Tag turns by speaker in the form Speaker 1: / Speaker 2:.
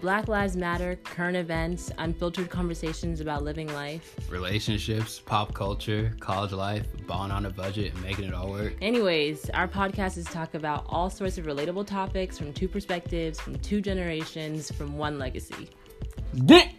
Speaker 1: Black Lives Matter, current events, unfiltered conversations about living life.
Speaker 2: relationships, pop culture, college life, balling on a budget, and making it all work.
Speaker 1: Anyways, our podcast is talk about all sorts of relatable topics from two perspectives, from two generations, from one legacy.
Speaker 2: Dick!